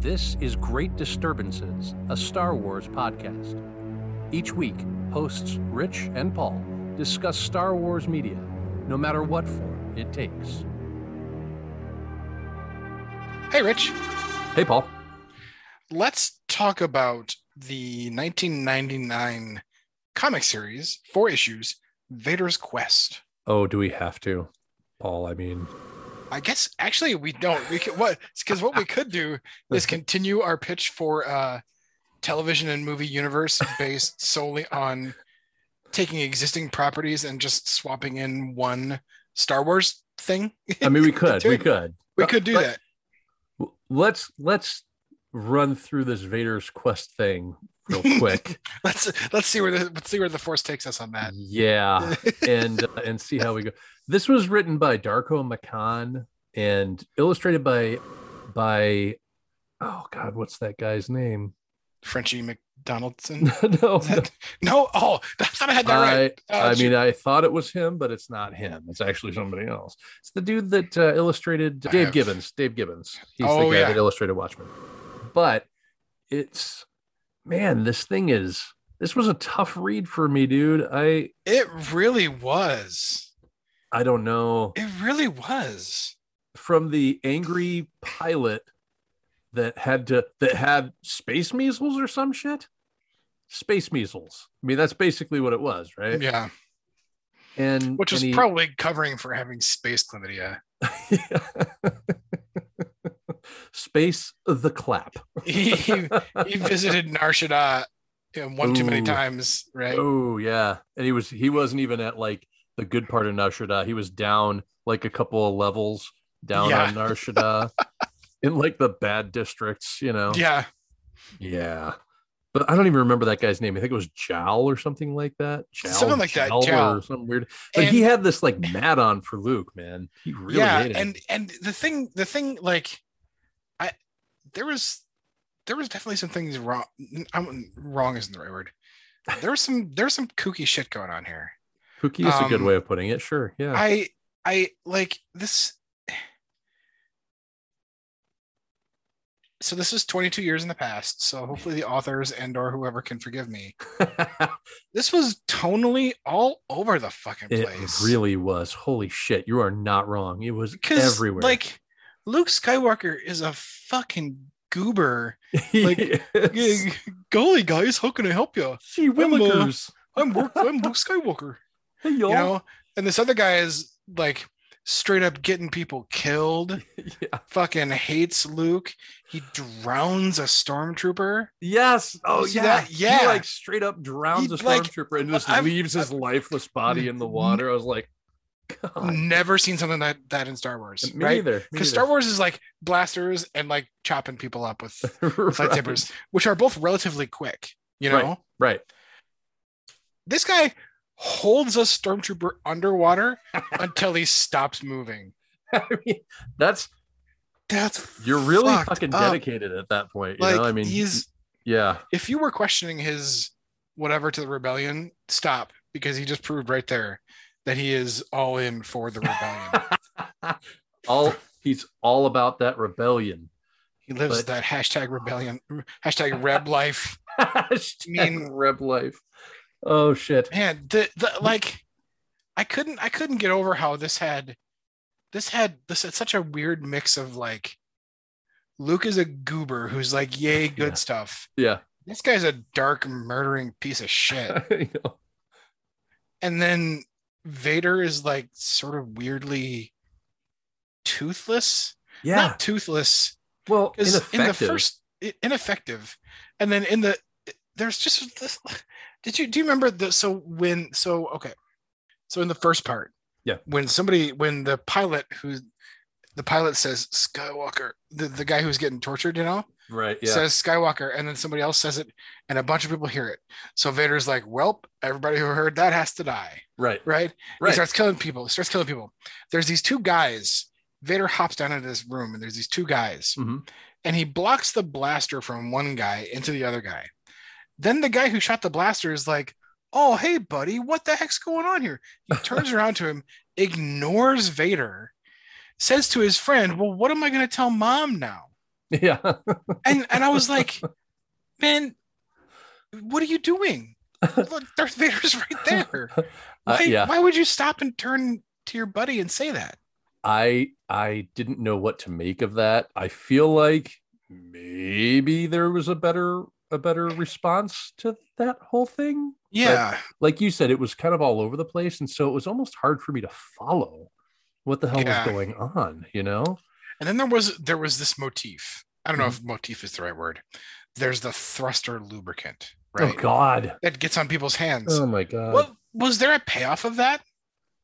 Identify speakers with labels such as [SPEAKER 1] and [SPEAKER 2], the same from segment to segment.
[SPEAKER 1] This is Great Disturbances, a Star Wars podcast. Each week, hosts Rich and Paul discuss Star Wars media, no matter what form it takes.
[SPEAKER 2] Hey, Rich.
[SPEAKER 3] Hey, Paul.
[SPEAKER 2] Let's talk about the 1999 comic series, four issues, Vader's Quest.
[SPEAKER 3] Oh, do we have to, Paul? I mean,
[SPEAKER 2] I guess actually we don't. We could what because what we could do is continue our pitch for uh television and movie universe based solely on taking existing properties and just swapping in one Star Wars thing.
[SPEAKER 3] I mean, we could, we could,
[SPEAKER 2] we could do
[SPEAKER 3] But-
[SPEAKER 2] that.
[SPEAKER 3] w- Let's let's run through this Vader's quest thing real quick.
[SPEAKER 2] Let's let's see where the let's see where the force takes us on that.
[SPEAKER 3] yeah, and uh, and see how we go. This was written by Darko Makan and illustrated by by oh god, what's that guy's name?
[SPEAKER 2] Frenchie McDonaldson.
[SPEAKER 3] no,
[SPEAKER 2] Is that- no, oh, I thought I had that right.
[SPEAKER 3] I,
[SPEAKER 2] Oh,
[SPEAKER 3] I
[SPEAKER 2] shoot.
[SPEAKER 3] mean, I thought it was him, but it's not him. It's actually somebody else. It's the dude that uh, illustrated
[SPEAKER 2] I
[SPEAKER 3] Dave
[SPEAKER 2] have-
[SPEAKER 3] Gibbons. Dave Gibbons. He's
[SPEAKER 2] Oh,
[SPEAKER 3] the guy
[SPEAKER 2] yeah.
[SPEAKER 3] that illustrated Watchmen. But it's man, this thing is this was a tough read for me, dude. I
[SPEAKER 2] It really was.
[SPEAKER 3] I don't know
[SPEAKER 2] It really was.
[SPEAKER 3] from the angry pilot that had to that had space measles or some shit. Space measles. I mean, that's basically what it was, right?
[SPEAKER 2] Yeah.
[SPEAKER 3] And
[SPEAKER 2] Which was
[SPEAKER 3] and he-
[SPEAKER 2] probably covering for having space chlamydia.
[SPEAKER 3] Space the clap.
[SPEAKER 2] He, he, he visited Nar Shaddaa you know, one too many
[SPEAKER 3] Ooh.
[SPEAKER 2] times, right?
[SPEAKER 3] Oh yeah, and he was he wasn't even at like the good part of Nar Shaddaa. He was down like a couple of levels down
[SPEAKER 2] Yeah.
[SPEAKER 3] on Nar Shaddaa in like the bad districts, you know.
[SPEAKER 2] Yeah.
[SPEAKER 3] Yeah. But I don't even remember that guy's name. I think it was Jowl or something like that. Jowl,
[SPEAKER 2] Something like that,
[SPEAKER 3] or
[SPEAKER 2] Jowl.
[SPEAKER 3] something weird. But he had this like mad on for Luke, man. He really
[SPEAKER 2] yeah.
[SPEAKER 3] hated him.
[SPEAKER 2] And and the thing the thing like I there was there was definitely some things wrong. I'm, wrong isn't the right word. There was some there's some kooky shit going on here.
[SPEAKER 3] Kooky is a good
[SPEAKER 2] um,
[SPEAKER 3] way of putting it. Sure. Yeah.
[SPEAKER 2] I I like this. So this is 22 years in the past. So hopefully the authors and or whoever can forgive me. This was tonally all over the fucking
[SPEAKER 3] it
[SPEAKER 2] place.
[SPEAKER 3] really was. Holy shit. You are not wrong. It was
[SPEAKER 2] because
[SPEAKER 3] everywhere.
[SPEAKER 2] like Luke Skywalker is a fucking goober. like,
[SPEAKER 3] Yes.
[SPEAKER 2] G- Golly guys, how can I help you?
[SPEAKER 3] Gee willikers.
[SPEAKER 2] I'm work. I'm Luke Skywalker.
[SPEAKER 3] Hey,
[SPEAKER 2] You
[SPEAKER 3] y'all.
[SPEAKER 2] know. And this other guy is like straight up getting people killed.
[SPEAKER 3] yeah.
[SPEAKER 2] fucking hates Luke. He drowns a stormtrooper.
[SPEAKER 3] Yes. Oh,
[SPEAKER 2] see
[SPEAKER 3] yeah.
[SPEAKER 2] that?
[SPEAKER 3] He
[SPEAKER 2] Yeah.
[SPEAKER 3] like straight up drowns
[SPEAKER 2] He,
[SPEAKER 3] a
[SPEAKER 2] like,
[SPEAKER 3] stormtrooper and just
[SPEAKER 2] I've- Mm-hmm.
[SPEAKER 3] leaves his lifeless body in the water. I was like, God.
[SPEAKER 2] Never seen something like that in Star Wars,
[SPEAKER 3] Oh, Me
[SPEAKER 2] right?
[SPEAKER 3] either. me
[SPEAKER 2] Because Star
[SPEAKER 3] either.
[SPEAKER 2] Wars is like blasters and like chopping people up with
[SPEAKER 3] right.
[SPEAKER 2] lightsabers, which are both relatively quick. You know,
[SPEAKER 3] Right.
[SPEAKER 2] this guy holds a stormtrooper underwater until he stops moving.
[SPEAKER 3] I mean, that's
[SPEAKER 2] That's
[SPEAKER 3] you're really
[SPEAKER 2] fucked
[SPEAKER 3] fucking
[SPEAKER 2] up.
[SPEAKER 3] dedicated at that point. You
[SPEAKER 2] Like
[SPEAKER 3] know, I mean,
[SPEAKER 2] he's
[SPEAKER 3] yeah,
[SPEAKER 2] if you were questioning his whatever to the rebellion, stop because he just proved right there that he is all in for the rebellion.
[SPEAKER 3] all he's all about that rebellion.
[SPEAKER 2] He lives
[SPEAKER 3] But-
[SPEAKER 2] that hashtag rebellion, hashtag reb life.
[SPEAKER 3] Hashtag
[SPEAKER 2] mean-
[SPEAKER 3] Reb life. Oh shit.
[SPEAKER 2] Man, the, the like, I couldn't, I couldn't get over how this had, this had, this had such a weird mix of like, Luke is a goober who's like, yay, good
[SPEAKER 3] Yeah.
[SPEAKER 2] stuff.
[SPEAKER 3] Yeah.
[SPEAKER 2] This guy's a dark, murdering piece of shit.
[SPEAKER 3] You know,
[SPEAKER 2] and then Vader is like sort of weirdly toothless.
[SPEAKER 3] yeah.
[SPEAKER 2] Not toothless.
[SPEAKER 3] Well,
[SPEAKER 2] is
[SPEAKER 3] ineffective.
[SPEAKER 2] in the first i- ineffective and then in the there's just this did you do you remember the so when so okay so in the first part
[SPEAKER 3] Yeah.
[SPEAKER 2] when somebody when the pilot who the pilot says skywalker the, the guy who's getting tortured you know
[SPEAKER 3] right. Yeah.
[SPEAKER 2] says skywalker and then somebody else says it and a bunch of people hear it so vader's like welp everybody who heard that has to die
[SPEAKER 3] right.
[SPEAKER 2] right he
[SPEAKER 3] Right.
[SPEAKER 2] starts killing people. He starts killing people. There's these two guys. Vader hops down into this room, and there's these two guys,
[SPEAKER 3] Mhm.
[SPEAKER 2] and he blocks the blaster from one guy into the other guy. Then the guy who shot the blaster is like, "Oh, hey, buddy, what the heck's going on here?" He turns around to him, ignores Vader, says to his friend, "Well, what am I going to tell mom now?"
[SPEAKER 3] Yeah. Uh,
[SPEAKER 2] and and I was like, man, what are you doing? Look, Darth Vader's right there.
[SPEAKER 3] Uh,
[SPEAKER 2] Why,
[SPEAKER 3] yeah.
[SPEAKER 2] why would you stop and turn to your buddy and say that?
[SPEAKER 3] I I didn't know what to make of that. I feel like maybe there was a better a better response to that whole thing.
[SPEAKER 2] Yeah,
[SPEAKER 3] Like you said, it was kind of all over the place, and so it was almost hard for me to follow what the hell
[SPEAKER 2] Yeah.
[SPEAKER 3] was going on. You know? Oh,
[SPEAKER 2] and then there was there was this motif. I don't know
[SPEAKER 3] Mm-hmm.
[SPEAKER 2] if motif is the right word. There's the thruster lubricant, right?
[SPEAKER 3] Oh God!
[SPEAKER 2] That gets on people's hands.
[SPEAKER 3] Oh my God!
[SPEAKER 2] What was there a payoff of that?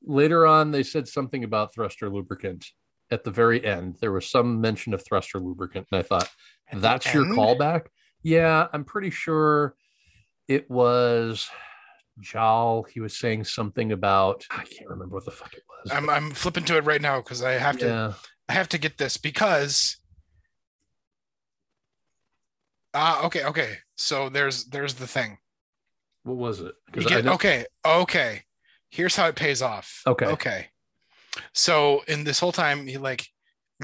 [SPEAKER 3] Later on, they said something about thruster lubricant. At the very end, there was some mention of thruster lubricant, and I thought,
[SPEAKER 2] At the
[SPEAKER 3] That's your
[SPEAKER 2] end?
[SPEAKER 3] callback? Yeah, I'm pretty sure it was Jal. He was saying something about I can't remember what the fuck it was.
[SPEAKER 2] I'm I'm flipping to it right now because I have to
[SPEAKER 3] yeah.
[SPEAKER 2] I have to get this because Ah, okay, okay. So there's there's the thing.
[SPEAKER 3] What was it?
[SPEAKER 2] You
[SPEAKER 3] 'Cause I
[SPEAKER 2] get,
[SPEAKER 3] know-
[SPEAKER 2] okay, okay. Here's how it pays off.
[SPEAKER 3] Okay.
[SPEAKER 2] Okay. So in this whole time, he like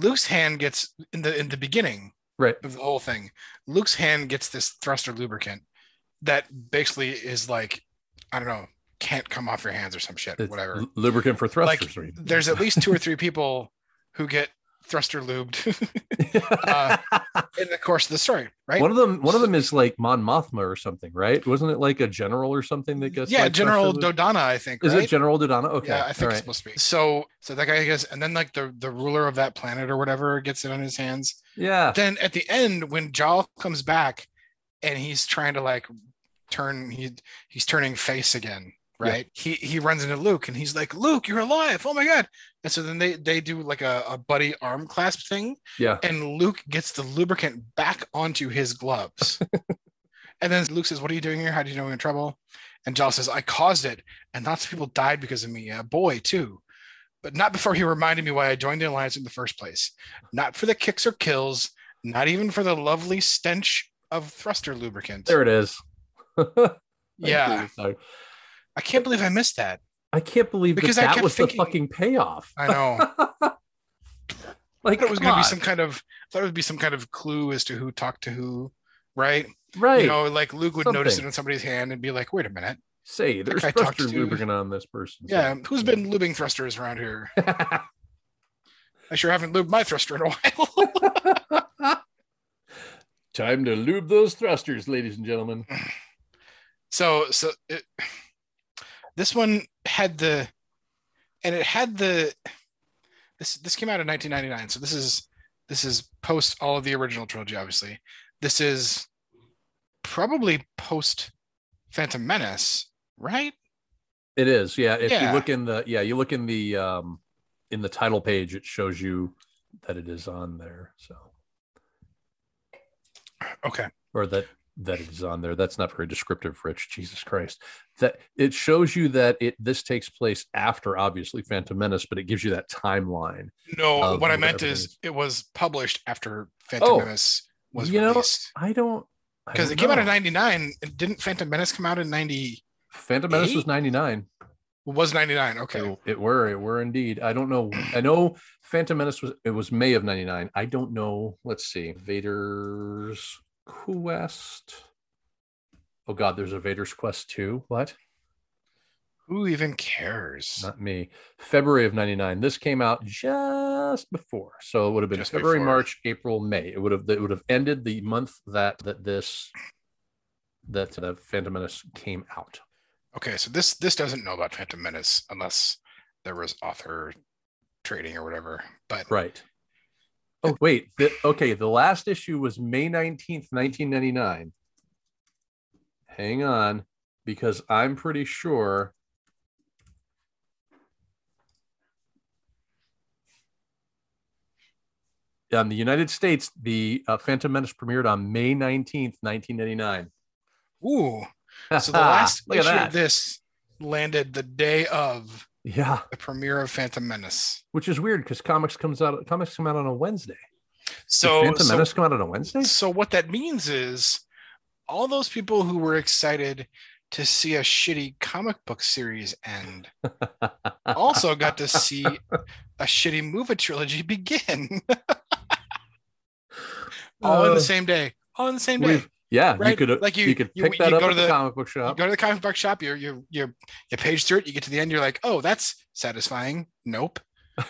[SPEAKER 2] Luke's hand gets in the in the beginning
[SPEAKER 3] Right.
[SPEAKER 2] of the whole thing, Luke's hand gets this thruster lubricant that basically is like, I don't know, can't come off your hands or some shit,
[SPEAKER 3] It's
[SPEAKER 2] whatever.
[SPEAKER 3] lu- Lubricant for thrusters. right?
[SPEAKER 2] There's at least two or three people who get thruster lubed uh, in the course of the story, right?
[SPEAKER 3] one of them. One of them is like Mon Mothma or something, right? Wasn't it like a general or something that gets?
[SPEAKER 2] yeah,
[SPEAKER 3] like
[SPEAKER 2] General
[SPEAKER 3] thruster lubri-
[SPEAKER 2] Dodonna, I think.
[SPEAKER 3] Is
[SPEAKER 2] right?
[SPEAKER 3] it General Dodonna? Okay.
[SPEAKER 2] Yeah, I think
[SPEAKER 3] all
[SPEAKER 2] it's
[SPEAKER 3] right.
[SPEAKER 2] supposed to be. So, so that guy gets, and then like the the ruler of that planet or whatever gets it on his hands.
[SPEAKER 3] Yeah.
[SPEAKER 2] Then at the end, when Jal comes back, and he's trying to like turn, he he's turning face again,
[SPEAKER 3] Yeah.
[SPEAKER 2] right? He he runs into Luke, and he's like, "Luke, you're alive! Oh my god!" And so then they they do like a, a buddy arm clasp thing,
[SPEAKER 3] Yeah.
[SPEAKER 2] and Luke gets the lubricant back onto his gloves. and then Luke says, What are you doing here? How do you know we're in trouble? And Joel says, I caused it, and lots of people died because of me. A boy, too. But not before he reminded me why I joined the alliance in the first place. Not for the kicks or kills, not even for the lovely stench of thruster lubricant.
[SPEAKER 3] There it is. I see what
[SPEAKER 2] yeah.
[SPEAKER 3] you're saying.
[SPEAKER 2] I can't believe I missed that.
[SPEAKER 3] I can't believe
[SPEAKER 2] Because I
[SPEAKER 3] that, that
[SPEAKER 2] kept
[SPEAKER 3] was
[SPEAKER 2] thinking-
[SPEAKER 3] the fucking payoff.
[SPEAKER 2] I know. I
[SPEAKER 3] like
[SPEAKER 2] thought it was
[SPEAKER 3] come
[SPEAKER 2] gonna be
[SPEAKER 3] on.
[SPEAKER 2] some kind of I thought it would be some kind of clue as to who talked to who, right?
[SPEAKER 3] right.
[SPEAKER 2] You know, like Luke would notice it
[SPEAKER 3] Something.
[SPEAKER 2] in somebody's hand and be like, wait a minute.
[SPEAKER 3] Say there's
[SPEAKER 2] I talked
[SPEAKER 3] thruster
[SPEAKER 2] to-
[SPEAKER 3] lubricant on this person.
[SPEAKER 2] Yeah, who's been lubing thrusters around here?
[SPEAKER 3] yeah,
[SPEAKER 2] I sure haven't lubed my thruster in a while.
[SPEAKER 3] time to lube those thrusters, ladies and gentlemen.
[SPEAKER 2] so, so it, this one had the, and it had the, this this came out in 1999. So this is this is post all of the original trilogy, obviously. This is probably post Phantom Menace, right?
[SPEAKER 3] It is. Yeah, if
[SPEAKER 2] Yeah.
[SPEAKER 3] you look in the yeah, you look in the um in the title page, it shows you that it is on there. So
[SPEAKER 2] Okay.
[SPEAKER 3] or that that it is on there. That's not very descriptive, Rich. Jesus Christ. That it shows you that it this takes place after obviously Phantom Menace, but it gives you that timeline.
[SPEAKER 2] No,
[SPEAKER 3] Of
[SPEAKER 2] what I
[SPEAKER 3] what
[SPEAKER 2] meant
[SPEAKER 3] everything
[SPEAKER 2] is
[SPEAKER 3] is.
[SPEAKER 2] it was published after Phantom
[SPEAKER 3] Oh,
[SPEAKER 2] Menace was
[SPEAKER 3] you know,
[SPEAKER 2] released.
[SPEAKER 3] I don't I
[SPEAKER 2] because
[SPEAKER 3] don't
[SPEAKER 2] it came out in
[SPEAKER 3] know.
[SPEAKER 2] 99 and didn't phantom menace come out in 90
[SPEAKER 3] Phantom Menace was
[SPEAKER 2] eight?
[SPEAKER 3] 99.
[SPEAKER 2] was 99 okay
[SPEAKER 3] It, it were, it were indeed. I don't know. I know Phantom Menace was it was May of 99. I don't know. Let's see. Vader's Quest. Oh god, there's a Vader's Quest 2. What?
[SPEAKER 2] who even cares
[SPEAKER 3] Not me. February of 99. This came out just before. So it would have been
[SPEAKER 2] Just
[SPEAKER 3] February,
[SPEAKER 2] before.
[SPEAKER 3] March, April, May. It would have it would have ended the month that that this that the Phantom Menace came out.
[SPEAKER 2] okay so this this doesn't know about phantom menace unless there was author trading or whatever but
[SPEAKER 3] Right. Oh wait, the, okay. The last issue was May nineteenth, nineteen ninety nine. Hang on, because I'm pretty sure. In the United States, the uh, Phantom Menace premiered on May nineteenth, nineteen ninety nine.
[SPEAKER 2] ooh so the last
[SPEAKER 3] look at
[SPEAKER 2] issue
[SPEAKER 3] that.
[SPEAKER 2] of this landed the day of
[SPEAKER 3] Yeah,
[SPEAKER 2] the premiere of phantom menace
[SPEAKER 3] which is weird because comics comes out comics come out on a Wednesday. Did
[SPEAKER 2] so
[SPEAKER 3] Phantom
[SPEAKER 2] so,
[SPEAKER 3] Menace come out on a Wednesday.
[SPEAKER 2] so what that means is all those people who were excited to see a shitty comic book series end also got to see a shitty movie trilogy begin. all in
[SPEAKER 3] Uh,
[SPEAKER 2] the same day. All in the same day.
[SPEAKER 3] We've- yeah,
[SPEAKER 2] Right?
[SPEAKER 3] you could
[SPEAKER 2] Like,
[SPEAKER 3] like
[SPEAKER 2] you-
[SPEAKER 3] you, could
[SPEAKER 2] you-
[SPEAKER 3] pick that
[SPEAKER 2] you
[SPEAKER 3] up
[SPEAKER 2] go
[SPEAKER 3] at
[SPEAKER 2] to
[SPEAKER 3] the,
[SPEAKER 2] the-
[SPEAKER 3] comic book shop.
[SPEAKER 2] You go to the comic book shop. You you you you page through it. You get to the end. You're like, oh, that's satisfying. Nope.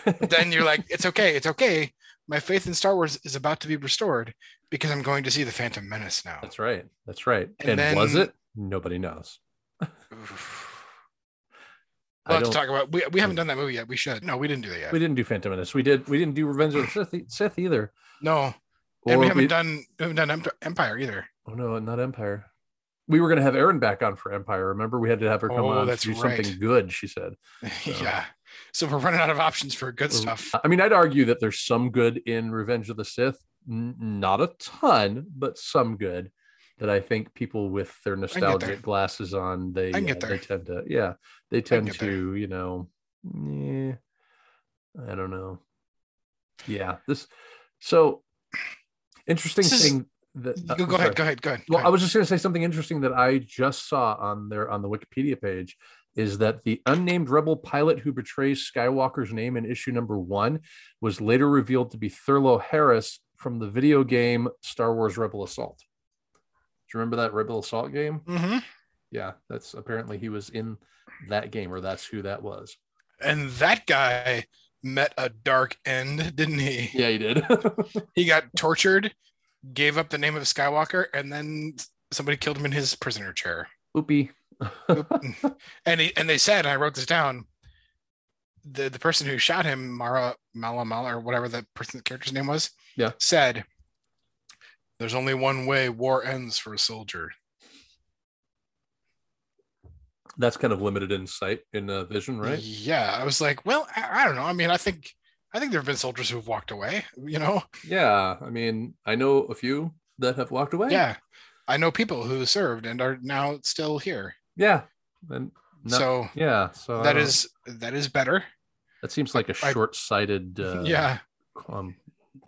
[SPEAKER 2] But then you're like, it's okay. It's okay. My faith in Star Wars is about to be restored because I'm going to see the Phantom Menace now.
[SPEAKER 3] That's right. That's right.
[SPEAKER 2] And
[SPEAKER 3] And, was
[SPEAKER 2] then-
[SPEAKER 3] it? Nobody knows.
[SPEAKER 2] Oof.
[SPEAKER 3] I
[SPEAKER 2] We'll have to
[SPEAKER 3] don't-
[SPEAKER 2] talk about. We, we haven't done that movie yet. We should. No, we didn't do that yet.
[SPEAKER 3] we didn't do Phantom Menace. We did. We didn't do Revenge of the Sith, e- Sith either.
[SPEAKER 2] no, and we
[SPEAKER 3] Or
[SPEAKER 2] haven't done we haven't done Emp- Empire either.
[SPEAKER 3] Oh no, not Empire. We were going to have Erin back on for Empire. Remember, we had to have her come
[SPEAKER 2] Oh,
[SPEAKER 3] on to
[SPEAKER 2] that's
[SPEAKER 3] do
[SPEAKER 2] right.
[SPEAKER 3] something good. She said.
[SPEAKER 2] yeah. So we're running out of options for good stuff.
[SPEAKER 3] I mean, I'd argue that there's some good in Revenge of the Sith. N- not a ton, but some good that I think people with their
[SPEAKER 2] there.
[SPEAKER 3] nostalgic glasses on they
[SPEAKER 2] I can get
[SPEAKER 3] uh,
[SPEAKER 2] there.
[SPEAKER 3] they tend to yeah they tend
[SPEAKER 2] get there.
[SPEAKER 3] to you know yeah I don't know yeah this so interesting
[SPEAKER 2] This is-
[SPEAKER 3] thing that uh,
[SPEAKER 2] Go,
[SPEAKER 3] I'm
[SPEAKER 2] go
[SPEAKER 3] sorry.
[SPEAKER 2] ahead. Go ahead. Go ahead. go
[SPEAKER 3] Well, I
[SPEAKER 2] ahead.
[SPEAKER 3] was just going to say something interesting that I just saw on their on the Wikipedia page is that the unnamed rebel pilot who betrays Skywalker's name in issue number one was later revealed to be Thurlow Harris from the video game Star Wars Rebel Assault. Do you remember that Rebel Assault game?
[SPEAKER 2] Mhm.
[SPEAKER 3] Yeah, that's apparently he was in that game, or that's who that was.
[SPEAKER 2] And that guy met a dark end, didn't he?
[SPEAKER 3] Yeah, he did.
[SPEAKER 2] He got tortured, gave up the name of Skywalker, and then somebody killed him in his prisoner chair.
[SPEAKER 3] Oopie.
[SPEAKER 2] and he, and they said, and I wrote this down. The the person who shot him, Mara Mala Mala, or whatever the person the character's name was,
[SPEAKER 3] Yeah.
[SPEAKER 2] said, "There's only one way war ends for a soldier."
[SPEAKER 3] that's kind of limited insight in uh, vision, right?
[SPEAKER 2] Yeah, I was like, well, I, I don't know. I mean, I think I think there have been soldiers who've walked away. You know,
[SPEAKER 3] Yeah, I mean, I know a few that have walked away.
[SPEAKER 2] yeah, I know people who served and are now still here.
[SPEAKER 3] Yeah. And not,
[SPEAKER 2] so
[SPEAKER 3] yeah, so I
[SPEAKER 2] that
[SPEAKER 3] don't-
[SPEAKER 2] is that is better.
[SPEAKER 3] that seems like a
[SPEAKER 2] I-
[SPEAKER 3] short-sighted uh,
[SPEAKER 2] yeah,
[SPEAKER 3] com-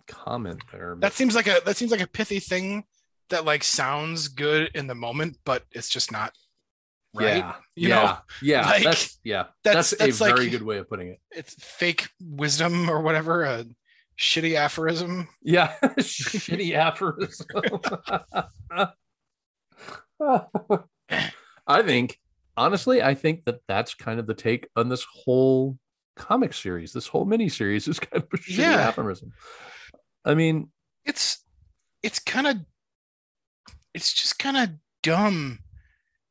[SPEAKER 3] comment there.
[SPEAKER 2] that
[SPEAKER 3] but-
[SPEAKER 2] seems like a that seems like a pithy thing that like sounds good in the moment, but it's just not right.
[SPEAKER 3] Yeah.
[SPEAKER 2] You
[SPEAKER 3] yeah.
[SPEAKER 2] know,
[SPEAKER 3] yeah.
[SPEAKER 2] like,
[SPEAKER 3] that's yeah.
[SPEAKER 2] that's-
[SPEAKER 3] That's,
[SPEAKER 2] that's
[SPEAKER 3] a
[SPEAKER 2] like-
[SPEAKER 3] very good way of putting it.
[SPEAKER 2] It's fake wisdom or whatever. A shitty aphorism.
[SPEAKER 3] Yeah. Shitty aphorism. I think honestly, I think that that's kind of the take on this whole comic series. This whole mini series is kind of a shitty
[SPEAKER 2] Yeah.
[SPEAKER 3] aphorism. I mean,
[SPEAKER 2] it's it's kind of it's just kind of dumb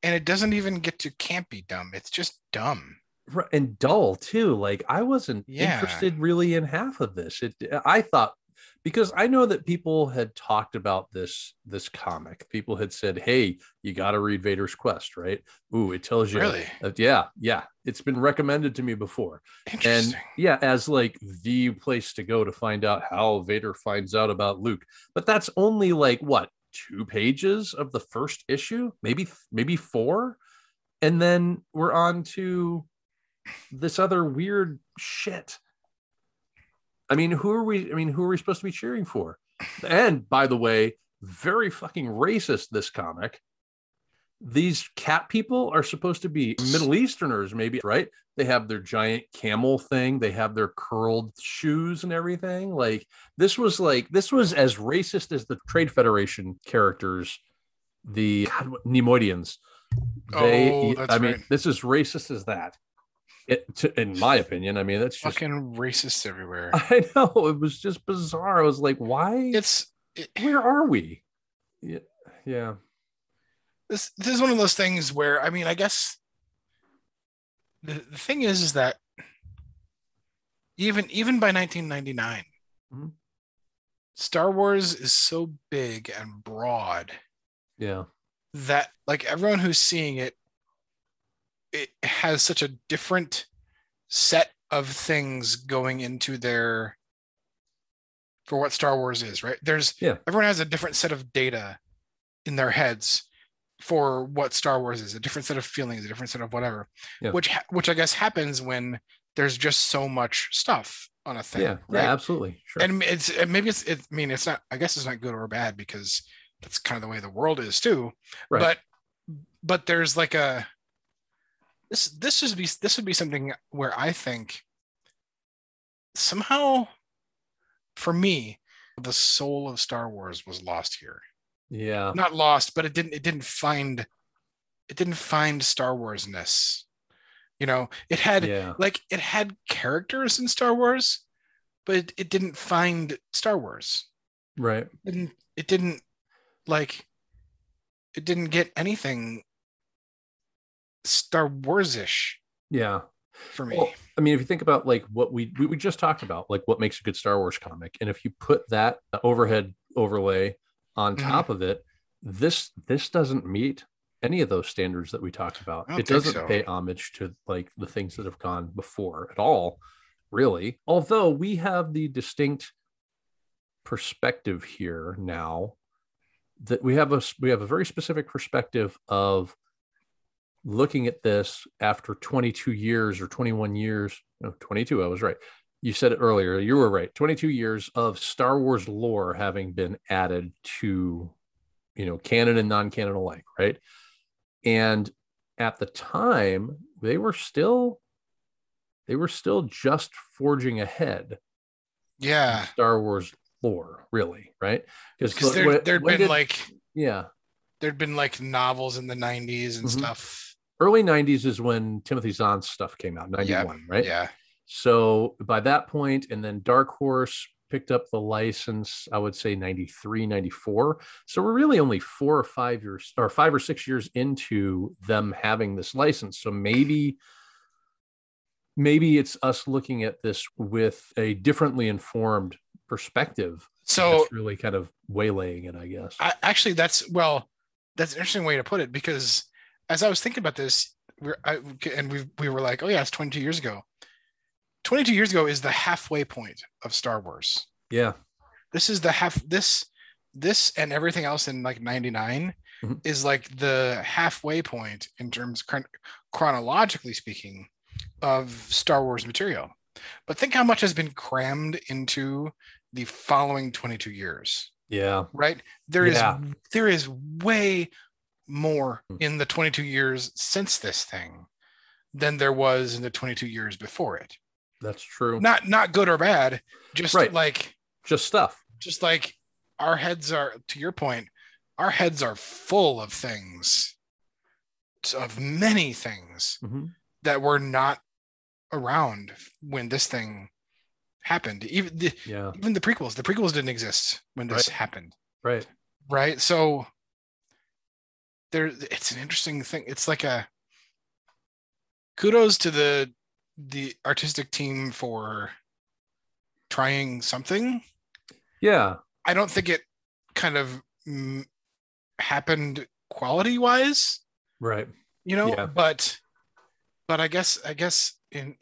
[SPEAKER 2] and it doesn't even get to campy dumb it's just dumb
[SPEAKER 3] Ri- and dull too like i wasn't
[SPEAKER 2] Yeah.
[SPEAKER 3] interested really in half of this it uh, i thought because i know that people had talked about this this comic people had said hey you got to read vader's quest right ooh it tells you
[SPEAKER 2] really
[SPEAKER 3] uh, yeah yeah it's been recommended to me before and
[SPEAKER 2] interesting
[SPEAKER 3] yeah as like the place to go to find out how vader finds out about luke but that's only like what two pages of the first issue maybe maybe four and then we're on to this other weird shit i mean who are we i mean who are we supposed to be cheering for and by the way very fucking racist this comic these cat people are supposed to be middle easterners maybe right they have their giant camel thing they have their curled shoes and everything like this was like this was as racist as the trade federation characters the God, what- nemoidians they
[SPEAKER 2] Oh, that's
[SPEAKER 3] i mean
[SPEAKER 2] right.
[SPEAKER 3] this is racist as that it, to, in my opinion i mean that's just
[SPEAKER 2] fucking racists everywhere
[SPEAKER 3] i know it was just bizarre i was like why
[SPEAKER 2] it's it,
[SPEAKER 3] where are we yeah yeah
[SPEAKER 2] this this is one of those things where i mean i guess the, the thing is is that even even by 1999
[SPEAKER 3] Mhm.
[SPEAKER 2] star wars is so big and broad
[SPEAKER 3] yeah
[SPEAKER 2] that like everyone who's seeing it it has such a different set of things going into their for what Star Wars is, right? There's
[SPEAKER 3] Yeah.
[SPEAKER 2] everyone has a different set of data in their heads for what Star Wars is, a different set of feelings, a different set of whatever.
[SPEAKER 3] Yeah.
[SPEAKER 2] Which ha- which I guess happens when there's just so much stuff on a thing,
[SPEAKER 3] yeah
[SPEAKER 2] right?
[SPEAKER 3] yeah absolutely sure
[SPEAKER 2] and it's and maybe it's it, i mean it's not i guess it's not good or bad because that's kind of the way the world is too
[SPEAKER 3] Right.
[SPEAKER 2] but but there's like a this this would be this would be something where i think somehow for me the soul of Star Wars was lost here.
[SPEAKER 3] Yeah.
[SPEAKER 2] Not lost, but it didn't it didn't find it didn't find Star Warsness. You know, it had
[SPEAKER 3] Yeah.
[SPEAKER 2] like it had characters in Star Wars, but it, it didn't find Star Wars.
[SPEAKER 3] Right.
[SPEAKER 2] It didn't it didn't like it didn't get anything Star Wars ish
[SPEAKER 3] Yeah.
[SPEAKER 2] for me.
[SPEAKER 3] Well, I mean, if you think about like what we, we we just talked about, like what makes a good Star Wars comic, and if you put that overhead overlay on
[SPEAKER 2] Mhm.
[SPEAKER 3] top of it, this this doesn't meet any of those standards that we talked about.
[SPEAKER 2] I don't
[SPEAKER 3] It
[SPEAKER 2] think
[SPEAKER 3] doesn't
[SPEAKER 2] so.
[SPEAKER 3] pay homage to like the things that have gone before at all, really. Although we have the distinct perspective here now that we have a s- we have a very specific perspective of looking at this after 22 years or 21 years no 22 i was right you said it earlier you were right 22 years of star wars lore having been added to you know canon and non-canon alike right and at the time they were still they were still just forging ahead in
[SPEAKER 2] yeah.
[SPEAKER 3] star wars lore really right
[SPEAKER 2] Because
[SPEAKER 3] what-
[SPEAKER 2] there
[SPEAKER 3] what-
[SPEAKER 2] there'd
[SPEAKER 3] when
[SPEAKER 2] been
[SPEAKER 3] did-
[SPEAKER 2] like
[SPEAKER 3] yeah
[SPEAKER 2] there'd been like novels in the 90s and
[SPEAKER 3] Mhm.
[SPEAKER 2] stuff.
[SPEAKER 3] early 90s is when Timothy Zahn's stuff came out, 91, right?
[SPEAKER 2] Yeah.
[SPEAKER 3] So by that point, and then Dark Horse picked up the license, I would say 93, 94. So we're really only four or five years or five or six years into them having this license. So maybe maybe it's us looking at this with a differently informed perspective.
[SPEAKER 2] So
[SPEAKER 3] that's really kind of waylaying it, I guess.
[SPEAKER 2] I, actually, that's well, that's an interesting way to put it because as I was thinking about this, we're I, and we we were like, oh yeah, it's 22 years ago. 22 years ago is the halfway point of Star Wars.
[SPEAKER 3] yeah.
[SPEAKER 2] This is the half this this and everything else in like 99
[SPEAKER 3] Mhm.
[SPEAKER 2] is like the halfway point in terms chron- chronologically speaking of Star Wars material. But think how much has been crammed into the following 22 years
[SPEAKER 3] Yeah.
[SPEAKER 2] right there is
[SPEAKER 3] Yeah.
[SPEAKER 2] there is way more
[SPEAKER 3] Hmm.
[SPEAKER 2] in the 22 years since this thing than there was in the 22 years before it
[SPEAKER 3] That's true.
[SPEAKER 2] not not good or bad just
[SPEAKER 3] Right.
[SPEAKER 2] like
[SPEAKER 3] Just stuff.
[SPEAKER 2] just like our heads are to your point our heads are full of things of many things
[SPEAKER 3] Mhm.
[SPEAKER 2] that were not around when this thing happened even the,
[SPEAKER 3] Yeah.
[SPEAKER 2] even the prequels the prequels didn't exist when this happened
[SPEAKER 3] Right.
[SPEAKER 2] right so there it's an interesting thing it's like a kudos to the the artistic team for trying something
[SPEAKER 3] Yeah.
[SPEAKER 2] i don't think it kind of mm, happened quality wise
[SPEAKER 3] Right.
[SPEAKER 2] you know
[SPEAKER 3] Yeah.
[SPEAKER 2] but but i guess i guess in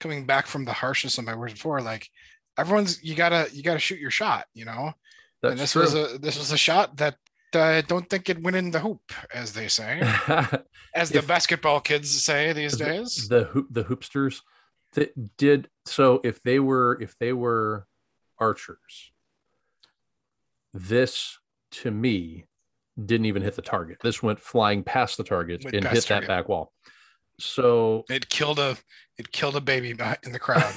[SPEAKER 2] coming back from the harshness of my words before like everyone's you gotta you gotta shoot your shot you know
[SPEAKER 3] That's
[SPEAKER 2] and this
[SPEAKER 3] true.
[SPEAKER 2] was a this was a shot that uh, I don't think it went in the hoop, as they say, as the
[SPEAKER 3] If-
[SPEAKER 2] basketball kids say these
[SPEAKER 3] The-
[SPEAKER 2] days.
[SPEAKER 3] the hoop the hoopsters that did so if they were if they were archers this to me didn't even hit the target this went flying past the target
[SPEAKER 2] Went
[SPEAKER 3] and
[SPEAKER 2] past
[SPEAKER 3] hit
[SPEAKER 2] target.
[SPEAKER 3] that back wall so
[SPEAKER 2] It killed a it killed a baby behi- in the crowd.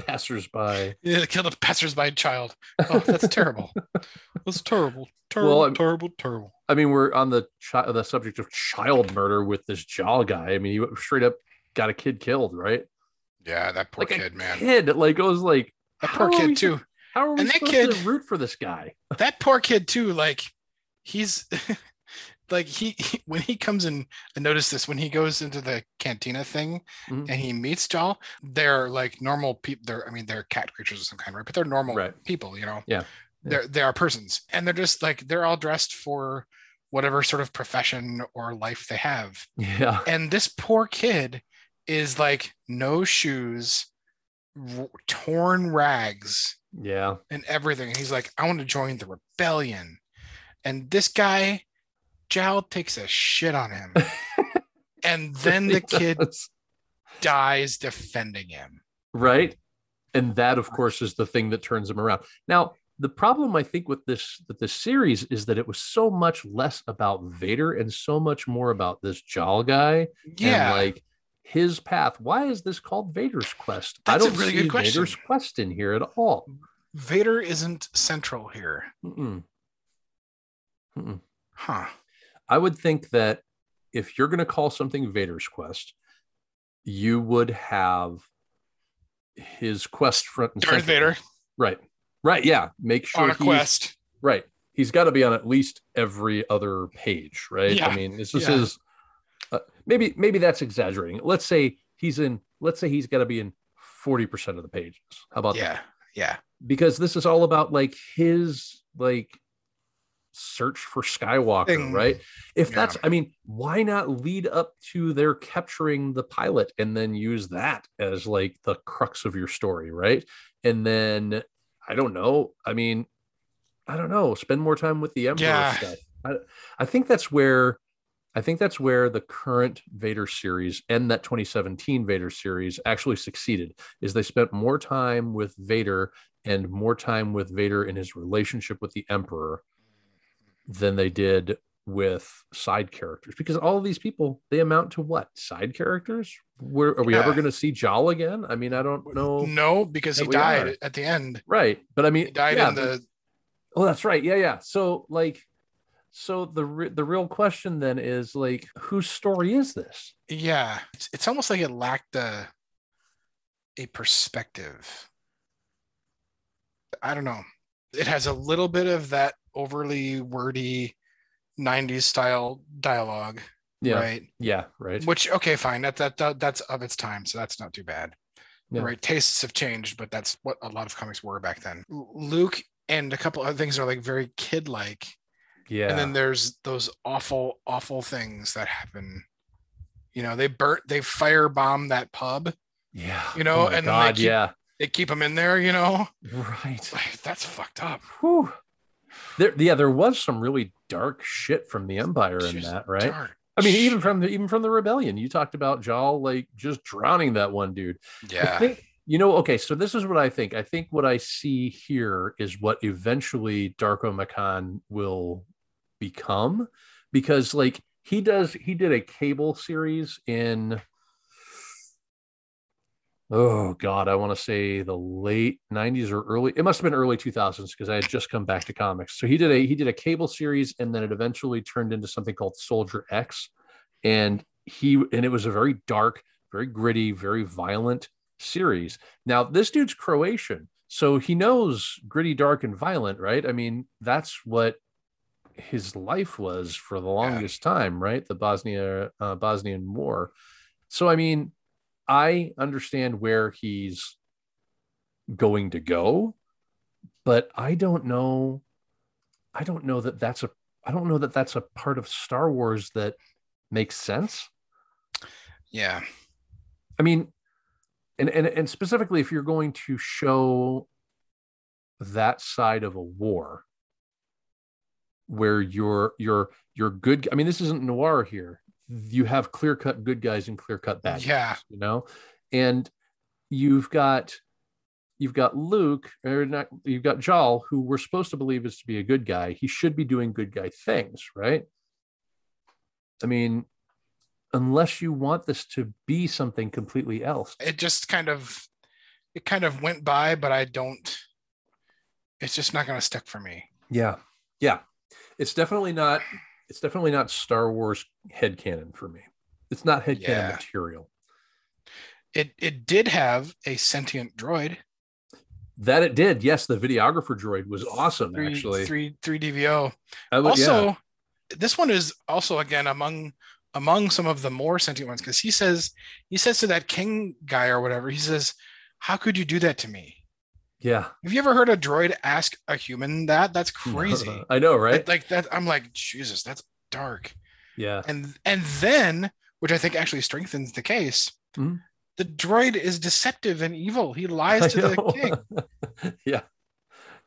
[SPEAKER 3] passersby
[SPEAKER 2] it killed a passersby child. Oh, that's terrible. That's terrible. Terrible.
[SPEAKER 3] Well, I'm-
[SPEAKER 2] terrible. Terrible.
[SPEAKER 3] i mean we're on the chi- the subject of child murder with this jaw guy i mean he straight up got a kid killed right
[SPEAKER 2] Yeah, that poor
[SPEAKER 3] like a
[SPEAKER 2] kid, man.
[SPEAKER 3] kid like it was like
[SPEAKER 2] That
[SPEAKER 3] how
[SPEAKER 2] poor
[SPEAKER 3] are we
[SPEAKER 2] kid too.
[SPEAKER 3] how are we
[SPEAKER 2] And that
[SPEAKER 3] supposed
[SPEAKER 2] kid-
[SPEAKER 3] to root for this guy
[SPEAKER 2] That poor kid too. Like he's like he, he- when he comes in. I noticed this when he goes into the cantina thing.
[SPEAKER 3] Mhm.
[SPEAKER 2] and he meets Dahl, they're like normal people. They're, I mean, they're cat creatures of some kind, right? But they're normal
[SPEAKER 3] right
[SPEAKER 2] people, you know?
[SPEAKER 3] Yeah. Yeah.
[SPEAKER 2] They're, they are persons. And they're just like, they're all dressed for whatever sort of profession or life they have.
[SPEAKER 3] yeah
[SPEAKER 2] And this poor kid is like, no shoes, r- torn rags,
[SPEAKER 3] yeah
[SPEAKER 2] and everything. And he's like, I want to join the rebellion. And this guy, Jal, takes a shit on him. and then the kid
[SPEAKER 3] Yes.
[SPEAKER 2] dies defending him.
[SPEAKER 3] right and that of course is the thing that turns him around now the problem i think with this with this series is that it was so much less about vader and so much more about this jal guy
[SPEAKER 2] Yeah.
[SPEAKER 3] and like his path why is this called vader's quest i
[SPEAKER 2] That's a
[SPEAKER 3] don't
[SPEAKER 2] really
[SPEAKER 3] see
[SPEAKER 2] good question.
[SPEAKER 3] vader's quest in here at all
[SPEAKER 2] Vader isn't central here.
[SPEAKER 3] Mm-mm. Mm-mm.
[SPEAKER 2] Huh.
[SPEAKER 3] I would think that if you're going to call something Vader's quest, you would have his quest front and
[SPEAKER 2] Darth
[SPEAKER 3] center.
[SPEAKER 2] Vader
[SPEAKER 3] Right. Right. Yeah. Make sure
[SPEAKER 2] on a
[SPEAKER 3] he's-
[SPEAKER 2] quest.
[SPEAKER 3] Right. He's got to be on at least every other page, right?
[SPEAKER 2] Yeah.
[SPEAKER 3] I mean, this is
[SPEAKER 2] Yeah.
[SPEAKER 3] his. Uh, maybe maybe that's exaggerating. Let's say he's in. Let's say he's got to be in forty percent of the pages. How about that?
[SPEAKER 2] Yeah. Yeah.
[SPEAKER 3] Because this is all about like his like search for Skywalker,
[SPEAKER 2] Thing.
[SPEAKER 3] right? If
[SPEAKER 2] Yeah.
[SPEAKER 3] that's, I mean, why not lead up to their capturing the pilot and then use that as like the crux of your story, right? And then I don't know. I mean, I don't know. Spend more time with the Emperor
[SPEAKER 2] Yeah.
[SPEAKER 3] stuff. I, I think that's where, I think that's where the current Vader series and that 2017 Vader series actually succeeded. Is they spent more time with Vader and more time with Vader and his relationship with the Emperor than they did with side characters because all of these people they amount to what side characters where are we ever
[SPEAKER 2] Yeah.
[SPEAKER 3] going to see Jal again i mean i don't know
[SPEAKER 2] No, because he
[SPEAKER 3] That we
[SPEAKER 2] died
[SPEAKER 3] are.
[SPEAKER 2] at the end.
[SPEAKER 3] right but i mean
[SPEAKER 2] He died
[SPEAKER 3] yeah,
[SPEAKER 2] in the
[SPEAKER 3] oh that's right yeah yeah so like so the re- the real question then is like whose story is this
[SPEAKER 2] yeah. It's, it's almost like it lacked a a perspective. I don't know. It has a little bit of that overly wordy 90s style dialogue,
[SPEAKER 3] yeah
[SPEAKER 2] right?
[SPEAKER 3] yeah right
[SPEAKER 2] Which okay, fine. That, that that that's of its time, so that's not too bad.
[SPEAKER 3] Yeah.
[SPEAKER 2] Right, tastes have changed, but that's what a lot of comics were back then. L- Luke and a couple other things are like very kid-like,
[SPEAKER 3] yeah
[SPEAKER 2] and then there's those awful, awful things that happen. You know, they burnt, they firebomb that pub.
[SPEAKER 3] yeah Oh
[SPEAKER 2] you know,
[SPEAKER 3] my
[SPEAKER 2] and then they
[SPEAKER 3] god
[SPEAKER 2] keep-
[SPEAKER 3] yeah
[SPEAKER 2] They keep them in there. You know,
[SPEAKER 3] right
[SPEAKER 2] Like, that's fucked up.
[SPEAKER 3] Whew. there yeah there was some really dark shit from the empire in
[SPEAKER 2] Just
[SPEAKER 3] that right
[SPEAKER 2] Darn.
[SPEAKER 3] I mean, even from the even from the rebellion, you talked about Jal like just drowning that one dude. I
[SPEAKER 2] yeah,
[SPEAKER 3] think you know. Okay, so this is what I think. I think what I see here is what eventually Darko Makan will become, because like he does, he did a cable series in. Oh God, I want to say the late '90s or early. It must have been early 2000s because I had just come back to comics. So he did a he did a cable series, and then it eventually turned into something called Soldier X, and he and it was a very dark, very gritty, very violent series. Now, this dude's Croatian, so he knows gritty, dark, and violent, right? I mean, that's what his life was for the longest time, right? The Bosnia uh, Bosnian War. So, I mean, I understand where he's going to go, but I don't know. I don't know that that's a. I don't know that that's a part of Star Wars that makes sense.
[SPEAKER 2] yeah,
[SPEAKER 3] I mean, and and and specifically if you're going to show that side of a war where you're you're you're good I mean this isn't noir here. You have clear-cut good guys and clear-cut bad guys,
[SPEAKER 2] yeah.
[SPEAKER 3] you know? And you've got you've got Luke or not you've got Jal who we're supposed to believe is to be a good guy. He should be doing good guy things, right? I mean, unless you want this to be something completely else.
[SPEAKER 2] It just kind of, it kind of went by, but I don't. It's just not going to stick for me.
[SPEAKER 3] Yeah. Yeah. It's definitely not it's definitely not Star Wars headcanon for me. It's not headcanon
[SPEAKER 2] Yeah.
[SPEAKER 3] material.
[SPEAKER 2] It it did have a sentient droid.
[SPEAKER 3] That it did. Yes, the videographer droid was awesome
[SPEAKER 2] Three,
[SPEAKER 3] actually.
[SPEAKER 2] three three DVO.
[SPEAKER 3] I would-
[SPEAKER 2] also,
[SPEAKER 3] yeah.
[SPEAKER 2] this one is also again among among some of the more sentient ones because he says he says to that king guy or whatever he says, "How could you do that to me?"
[SPEAKER 3] yeah.
[SPEAKER 2] Have you ever heard a droid ask a human that? That's crazy.
[SPEAKER 3] I know, right?
[SPEAKER 2] That- Like that, I'm like Jesus. That's dark.
[SPEAKER 3] yeah.
[SPEAKER 2] And and then, which I think actually strengthens the case,
[SPEAKER 3] Mhm.
[SPEAKER 2] the droid is deceptive and evil. He lies to
[SPEAKER 3] I
[SPEAKER 2] the
[SPEAKER 3] know.
[SPEAKER 2] king.
[SPEAKER 3] yeah.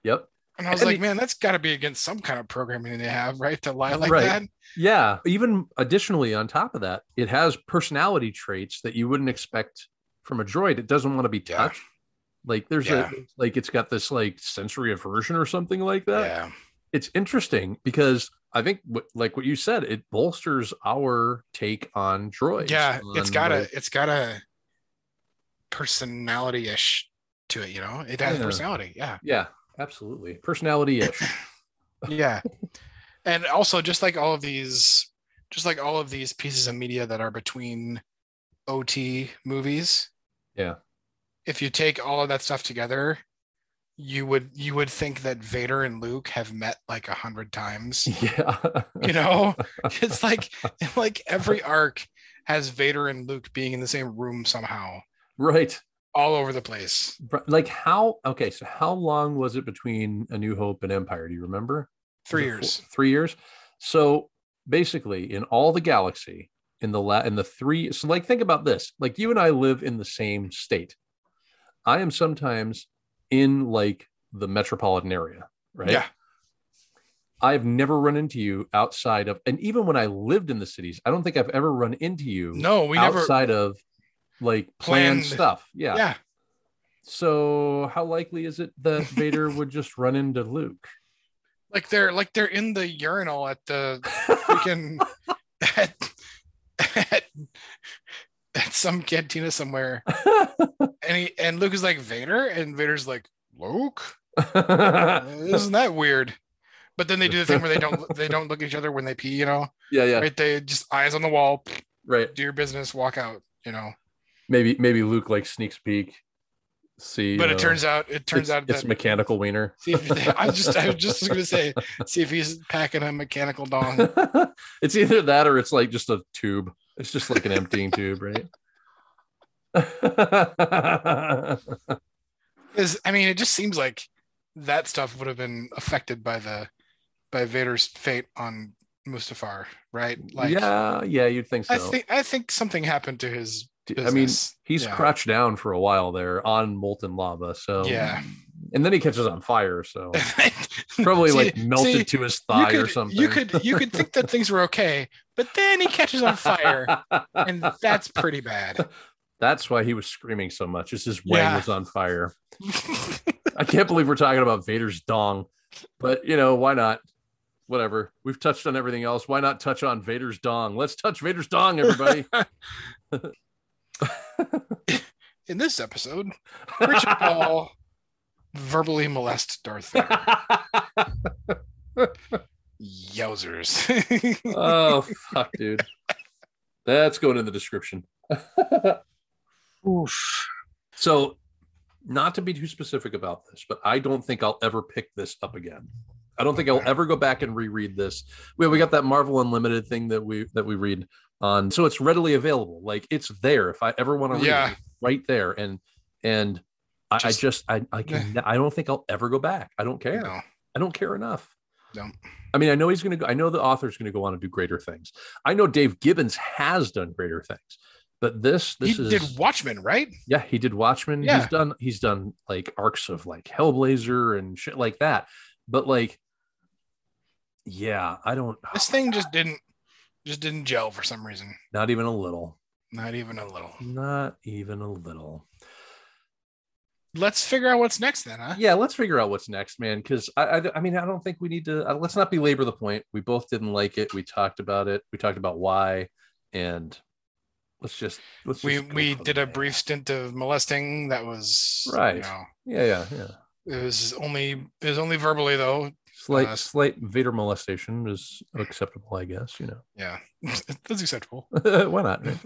[SPEAKER 3] Yep.
[SPEAKER 2] And I was
[SPEAKER 3] And
[SPEAKER 2] like,
[SPEAKER 3] he-
[SPEAKER 2] man, that's got to be against some kind of programming they have, right? To lie like
[SPEAKER 3] Right.
[SPEAKER 2] that.
[SPEAKER 3] Yeah. Even additionally, on top of that, it has personality traits that you wouldn't expect from a droid. It doesn't want to be
[SPEAKER 2] Yeah.
[SPEAKER 3] touched. Like there's
[SPEAKER 2] Yeah.
[SPEAKER 3] a like it's got this like sensory aversion or something like that.
[SPEAKER 2] yeah.
[SPEAKER 3] It's interesting because I think what like what you said, it bolsters our take on droids.
[SPEAKER 2] Yeah. It's
[SPEAKER 3] on,
[SPEAKER 2] got a
[SPEAKER 3] like-
[SPEAKER 2] it's got a personality ish to it. You know, it has
[SPEAKER 3] Yeah.
[SPEAKER 2] personality. Yeah.
[SPEAKER 3] yeah. absolutely personality ish.
[SPEAKER 2] yeah and also just like all of these just like all of these pieces of media that are between ot movies
[SPEAKER 3] Yeah.
[SPEAKER 2] if you take all of that stuff together you would you would think that vader and luke have met like a hundred times
[SPEAKER 3] yeah.
[SPEAKER 2] you know it's like like every arc has vader and luke being in the same room somehow
[SPEAKER 3] right.
[SPEAKER 2] all over the place
[SPEAKER 3] Br- Like how? Okay, so how long was it between A New Hope and Empire? Do you remember?
[SPEAKER 2] three
[SPEAKER 3] Was it four-
[SPEAKER 2] years
[SPEAKER 3] three years. So basically, in all the galaxy, in the la- in the three, so like think about this: like you and I live in the same state. I am sometimes in like the metropolitan area, right?
[SPEAKER 2] yeah
[SPEAKER 3] I've never run into you outside of, and even when I lived in the cities, I don't think I've ever run into you
[SPEAKER 2] no we never
[SPEAKER 3] outside of like planned,
[SPEAKER 2] Planned.
[SPEAKER 3] stuff. Yeah.
[SPEAKER 2] yeah
[SPEAKER 3] So how likely is it that Vader would just run into Luke?
[SPEAKER 2] like they're like they're in the urinal at the freaking at, at, at some cantina somewhere and he and luke is like vader and vader's like luke Uh, isn't that weird but then they do the thing where they don't they don't look at each other when they pee you know
[SPEAKER 3] yeah, yeah,
[SPEAKER 2] right they just eyes on the wall
[SPEAKER 3] right.
[SPEAKER 2] do your business walk out you know
[SPEAKER 3] Maybe maybe Luke like sneaks peek. See,
[SPEAKER 2] but
[SPEAKER 3] you
[SPEAKER 2] it
[SPEAKER 3] know,
[SPEAKER 2] turns out it
[SPEAKER 3] it's,
[SPEAKER 2] turns out
[SPEAKER 3] it's
[SPEAKER 2] that
[SPEAKER 3] mechanical wiener.
[SPEAKER 2] see if, i was just i was just gonna say see if he's packing a mechanical dong
[SPEAKER 3] it's either that or it's like just a tube. It's just like an emptying tube, right?
[SPEAKER 2] Because I mean, it just seems like that stuff would have been affected by the by Vader's fate on Mustafar, right? Like,
[SPEAKER 3] yeah, yeah, you'd think so.
[SPEAKER 2] I think I think something happened to his.
[SPEAKER 3] D- I mean,
[SPEAKER 2] Business.
[SPEAKER 3] he's
[SPEAKER 2] Yeah.
[SPEAKER 3] crouched down for a while there on molten lava. So
[SPEAKER 2] Yeah.
[SPEAKER 3] and then he catches on fire. So probably
[SPEAKER 2] See-
[SPEAKER 3] like melted
[SPEAKER 2] see,
[SPEAKER 3] to his
[SPEAKER 2] you
[SPEAKER 3] thigh
[SPEAKER 2] could,
[SPEAKER 3] or something.
[SPEAKER 2] You could you could think that things were okay, but then he catches on fire, and that's pretty bad.
[SPEAKER 3] That's why he was screaming so much. Is his wang
[SPEAKER 2] Yeah.
[SPEAKER 3] was on fire. I can't believe we're talking about Vader's dong, but you know why not? Whatever. We've touched on everything else. Why not touch on Vader's dong? Let's touch Vader's dong, everybody.
[SPEAKER 2] In this episode, Richard Paul verbally molests Darth Vader. Yowzers.
[SPEAKER 3] oh fuck, dude. That's going in the description.
[SPEAKER 2] Oof.
[SPEAKER 3] So, not to be too specific about this, but I don't think I'll ever pick this up again. I don't think I'll ever go back and reread this. We we got that Marvel Unlimited thing that we that we read on, so it's readily available. Like it's there if I ever want to read
[SPEAKER 2] Yeah.
[SPEAKER 3] it, it's right there. And and I I
[SPEAKER 2] Just-
[SPEAKER 3] just I I can I don't think I'll ever go back. I don't care.
[SPEAKER 2] No.
[SPEAKER 3] I don't care enough.
[SPEAKER 2] No.
[SPEAKER 3] I mean, I know he's going to go, I know the author's going to go on and do greater things. I know Dave Gibbons has done greater things, but this, this
[SPEAKER 2] he
[SPEAKER 3] is,
[SPEAKER 2] did Watchmen, right?
[SPEAKER 3] yeah, he did Watchmen.
[SPEAKER 2] Yeah.
[SPEAKER 3] He's done, he's done like arcs of like Hellblazer and shit like that. But like, yeah, I don't,
[SPEAKER 2] This thing just didn't just didn't gel for some reason.
[SPEAKER 3] not even a little,
[SPEAKER 2] Not even a little.
[SPEAKER 3] not even a little.
[SPEAKER 2] Let's figure out what's next then, huh?
[SPEAKER 3] yeah let's figure out what's next man because I, I i mean i don't think we need to uh, let's not belabor the point we both didn't like it we talked about it we talked about why and let's just let's
[SPEAKER 2] we
[SPEAKER 3] just go
[SPEAKER 2] we
[SPEAKER 3] for
[SPEAKER 2] did
[SPEAKER 3] the
[SPEAKER 2] a
[SPEAKER 3] man.
[SPEAKER 2] brief stint of molesting that was you
[SPEAKER 3] Right.
[SPEAKER 2] know,
[SPEAKER 3] yeah yeah yeah
[SPEAKER 2] it was only it was only verbally though.
[SPEAKER 3] slight
[SPEAKER 2] Uh,
[SPEAKER 3] slight vader molestation is acceptable i guess you know
[SPEAKER 2] Yeah. That's acceptable.
[SPEAKER 3] Why not? right?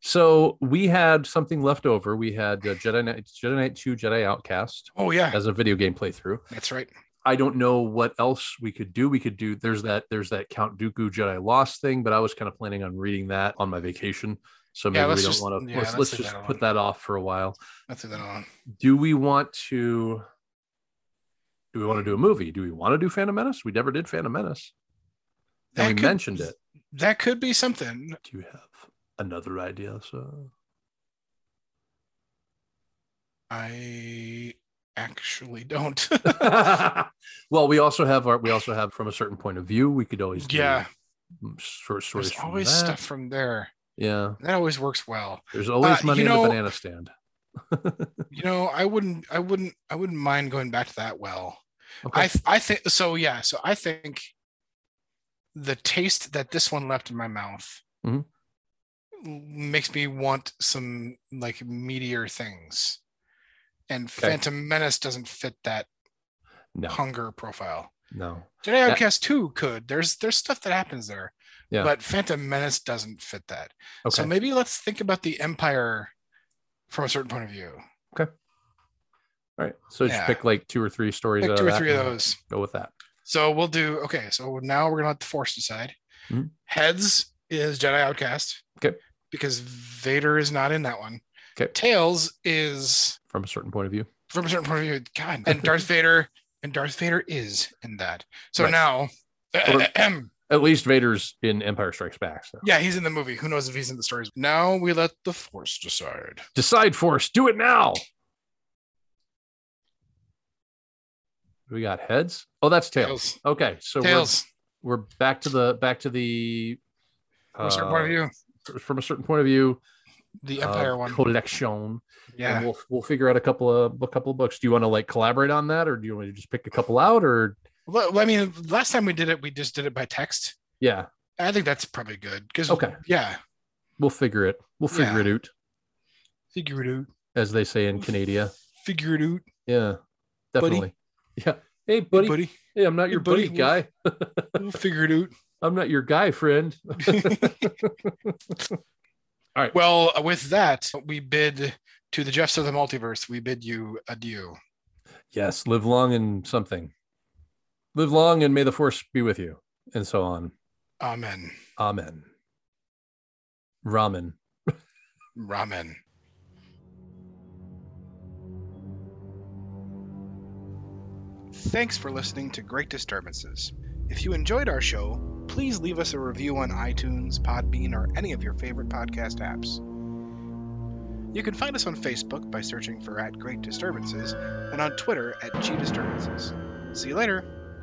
[SPEAKER 3] So we had something left over. We had uh, Jedi Knight, Jedi Knight Two, Jedi Outcast
[SPEAKER 2] Oh yeah.
[SPEAKER 3] as a video game playthrough.
[SPEAKER 2] That's right.
[SPEAKER 3] I don't know what else we could do. We could do there's that there's that Count Dooku Jedi Lost thing, but I was kind of planning on reading that on my vacation. So maybe
[SPEAKER 2] Yeah,
[SPEAKER 3] we
[SPEAKER 2] let's
[SPEAKER 3] don't
[SPEAKER 2] just-
[SPEAKER 3] want to
[SPEAKER 2] yeah,
[SPEAKER 3] let's,
[SPEAKER 2] let's
[SPEAKER 3] let's
[SPEAKER 2] leave
[SPEAKER 3] just
[SPEAKER 2] that
[SPEAKER 3] put
[SPEAKER 2] alone.
[SPEAKER 3] that off for a while.
[SPEAKER 2] I threw that on.
[SPEAKER 3] Do we want to do we want to do a movie? Do we want to do Phantom Menace? We never did Phantom Menace. And
[SPEAKER 2] That
[SPEAKER 3] we
[SPEAKER 2] could-
[SPEAKER 3] mentioned it.
[SPEAKER 2] That could be something.
[SPEAKER 3] Do you have another idea? So
[SPEAKER 2] I actually don't.
[SPEAKER 3] well, we also have our we also have from a certain point of view, we could always do
[SPEAKER 2] yeah.
[SPEAKER 3] short stories.
[SPEAKER 2] There's
[SPEAKER 3] from
[SPEAKER 2] always
[SPEAKER 3] that.
[SPEAKER 2] stuff from there.
[SPEAKER 3] Yeah.
[SPEAKER 2] That always works well.
[SPEAKER 3] There's always
[SPEAKER 2] you
[SPEAKER 3] money in
[SPEAKER 2] know-
[SPEAKER 3] the banana stand.
[SPEAKER 2] You know, I wouldn't I wouldn't I wouldn't mind going back to that well.
[SPEAKER 3] Okay.
[SPEAKER 2] I th- I think so. Yeah. So I think the taste that this one left in my mouth
[SPEAKER 3] Mhm. Mm-hmm.
[SPEAKER 2] makes me want some like meatier things, and
[SPEAKER 3] Okay.
[SPEAKER 2] Phantom Menace doesn't fit that
[SPEAKER 3] No,
[SPEAKER 2] hunger profile.
[SPEAKER 3] no.
[SPEAKER 2] Jedi
[SPEAKER 3] That-
[SPEAKER 2] Outcast 2 could. There's there's stuff that happens there.
[SPEAKER 3] Yeah.
[SPEAKER 2] But Phantom Menace doesn't fit that.
[SPEAKER 3] Okay.
[SPEAKER 2] So maybe let's think about the Empire from a certain point of view.
[SPEAKER 3] All right. So just
[SPEAKER 2] Yeah.
[SPEAKER 3] pick like two or three stories.
[SPEAKER 2] Like
[SPEAKER 3] out
[SPEAKER 2] two
[SPEAKER 3] of
[SPEAKER 2] or
[SPEAKER 3] that
[SPEAKER 2] three of
[SPEAKER 3] and
[SPEAKER 2] those.
[SPEAKER 3] Go with that.
[SPEAKER 2] So we'll do okay. So now we're gonna let the force decide.
[SPEAKER 3] Mhm.
[SPEAKER 2] Heads is Jedi Outcast.
[SPEAKER 3] Okay.
[SPEAKER 2] Because Vader is not in that one.
[SPEAKER 3] Okay.
[SPEAKER 2] Tails is
[SPEAKER 3] From a certain point of view.
[SPEAKER 2] from a certain point of view. God, and Darth Vader and Darth Vader is in that. So
[SPEAKER 3] Right.
[SPEAKER 2] now,
[SPEAKER 3] At least Vader's in Empire Strikes Back. So.
[SPEAKER 2] yeah, he's in the movie. Who knows if he's in the stories? Now we let the force decide.
[SPEAKER 3] Decide Force. Do it now. We got heads. Oh, that's tails.
[SPEAKER 2] Tails.
[SPEAKER 3] Okay, so
[SPEAKER 2] Tails.
[SPEAKER 3] we're we're back to the back to the
[SPEAKER 2] From a certain point of view,
[SPEAKER 3] view. from a certain point of view.
[SPEAKER 2] the
[SPEAKER 3] uh,
[SPEAKER 2] Empire one.
[SPEAKER 3] collection.
[SPEAKER 2] Yeah.
[SPEAKER 3] and we'll we'll figure out a couple of a couple of books. Do you want to like collaborate on that, or do you want me to just pick a couple out, or
[SPEAKER 2] Well, I mean, last time we did it, we just did it by text.
[SPEAKER 3] yeah,
[SPEAKER 2] I think that's probably good because
[SPEAKER 3] Okay.
[SPEAKER 2] yeah,
[SPEAKER 3] we'll figure it. We'll figure it out,
[SPEAKER 2] figure it out.
[SPEAKER 3] as they say in Canada.
[SPEAKER 2] Figure it out,
[SPEAKER 3] Yeah,
[SPEAKER 2] Buddy.
[SPEAKER 3] definitely. Yeah. Hey, buddy.
[SPEAKER 2] buddy.
[SPEAKER 3] Hey, I'm not
[SPEAKER 2] Hey,
[SPEAKER 3] your buddy,
[SPEAKER 2] buddy.
[SPEAKER 3] guy.
[SPEAKER 2] We'll figure it out.
[SPEAKER 3] I'm not your guy, friend.
[SPEAKER 2] Well, with that, we bid to the Jeffs of the multiverse. We bid you adieu.
[SPEAKER 3] yes, live long and something. Live long and may the force be with you, and so on.
[SPEAKER 2] Amen.
[SPEAKER 3] Amen. Ramen.
[SPEAKER 2] Ramen. Thanks for listening to Great Disturbances. If you enjoyed our show, please leave us a review on iTunes, Podbean, or any of your favorite podcast apps. You can find us on Facebook by searching for at Great Disturbances and on Twitter at G Disturbances. See you later.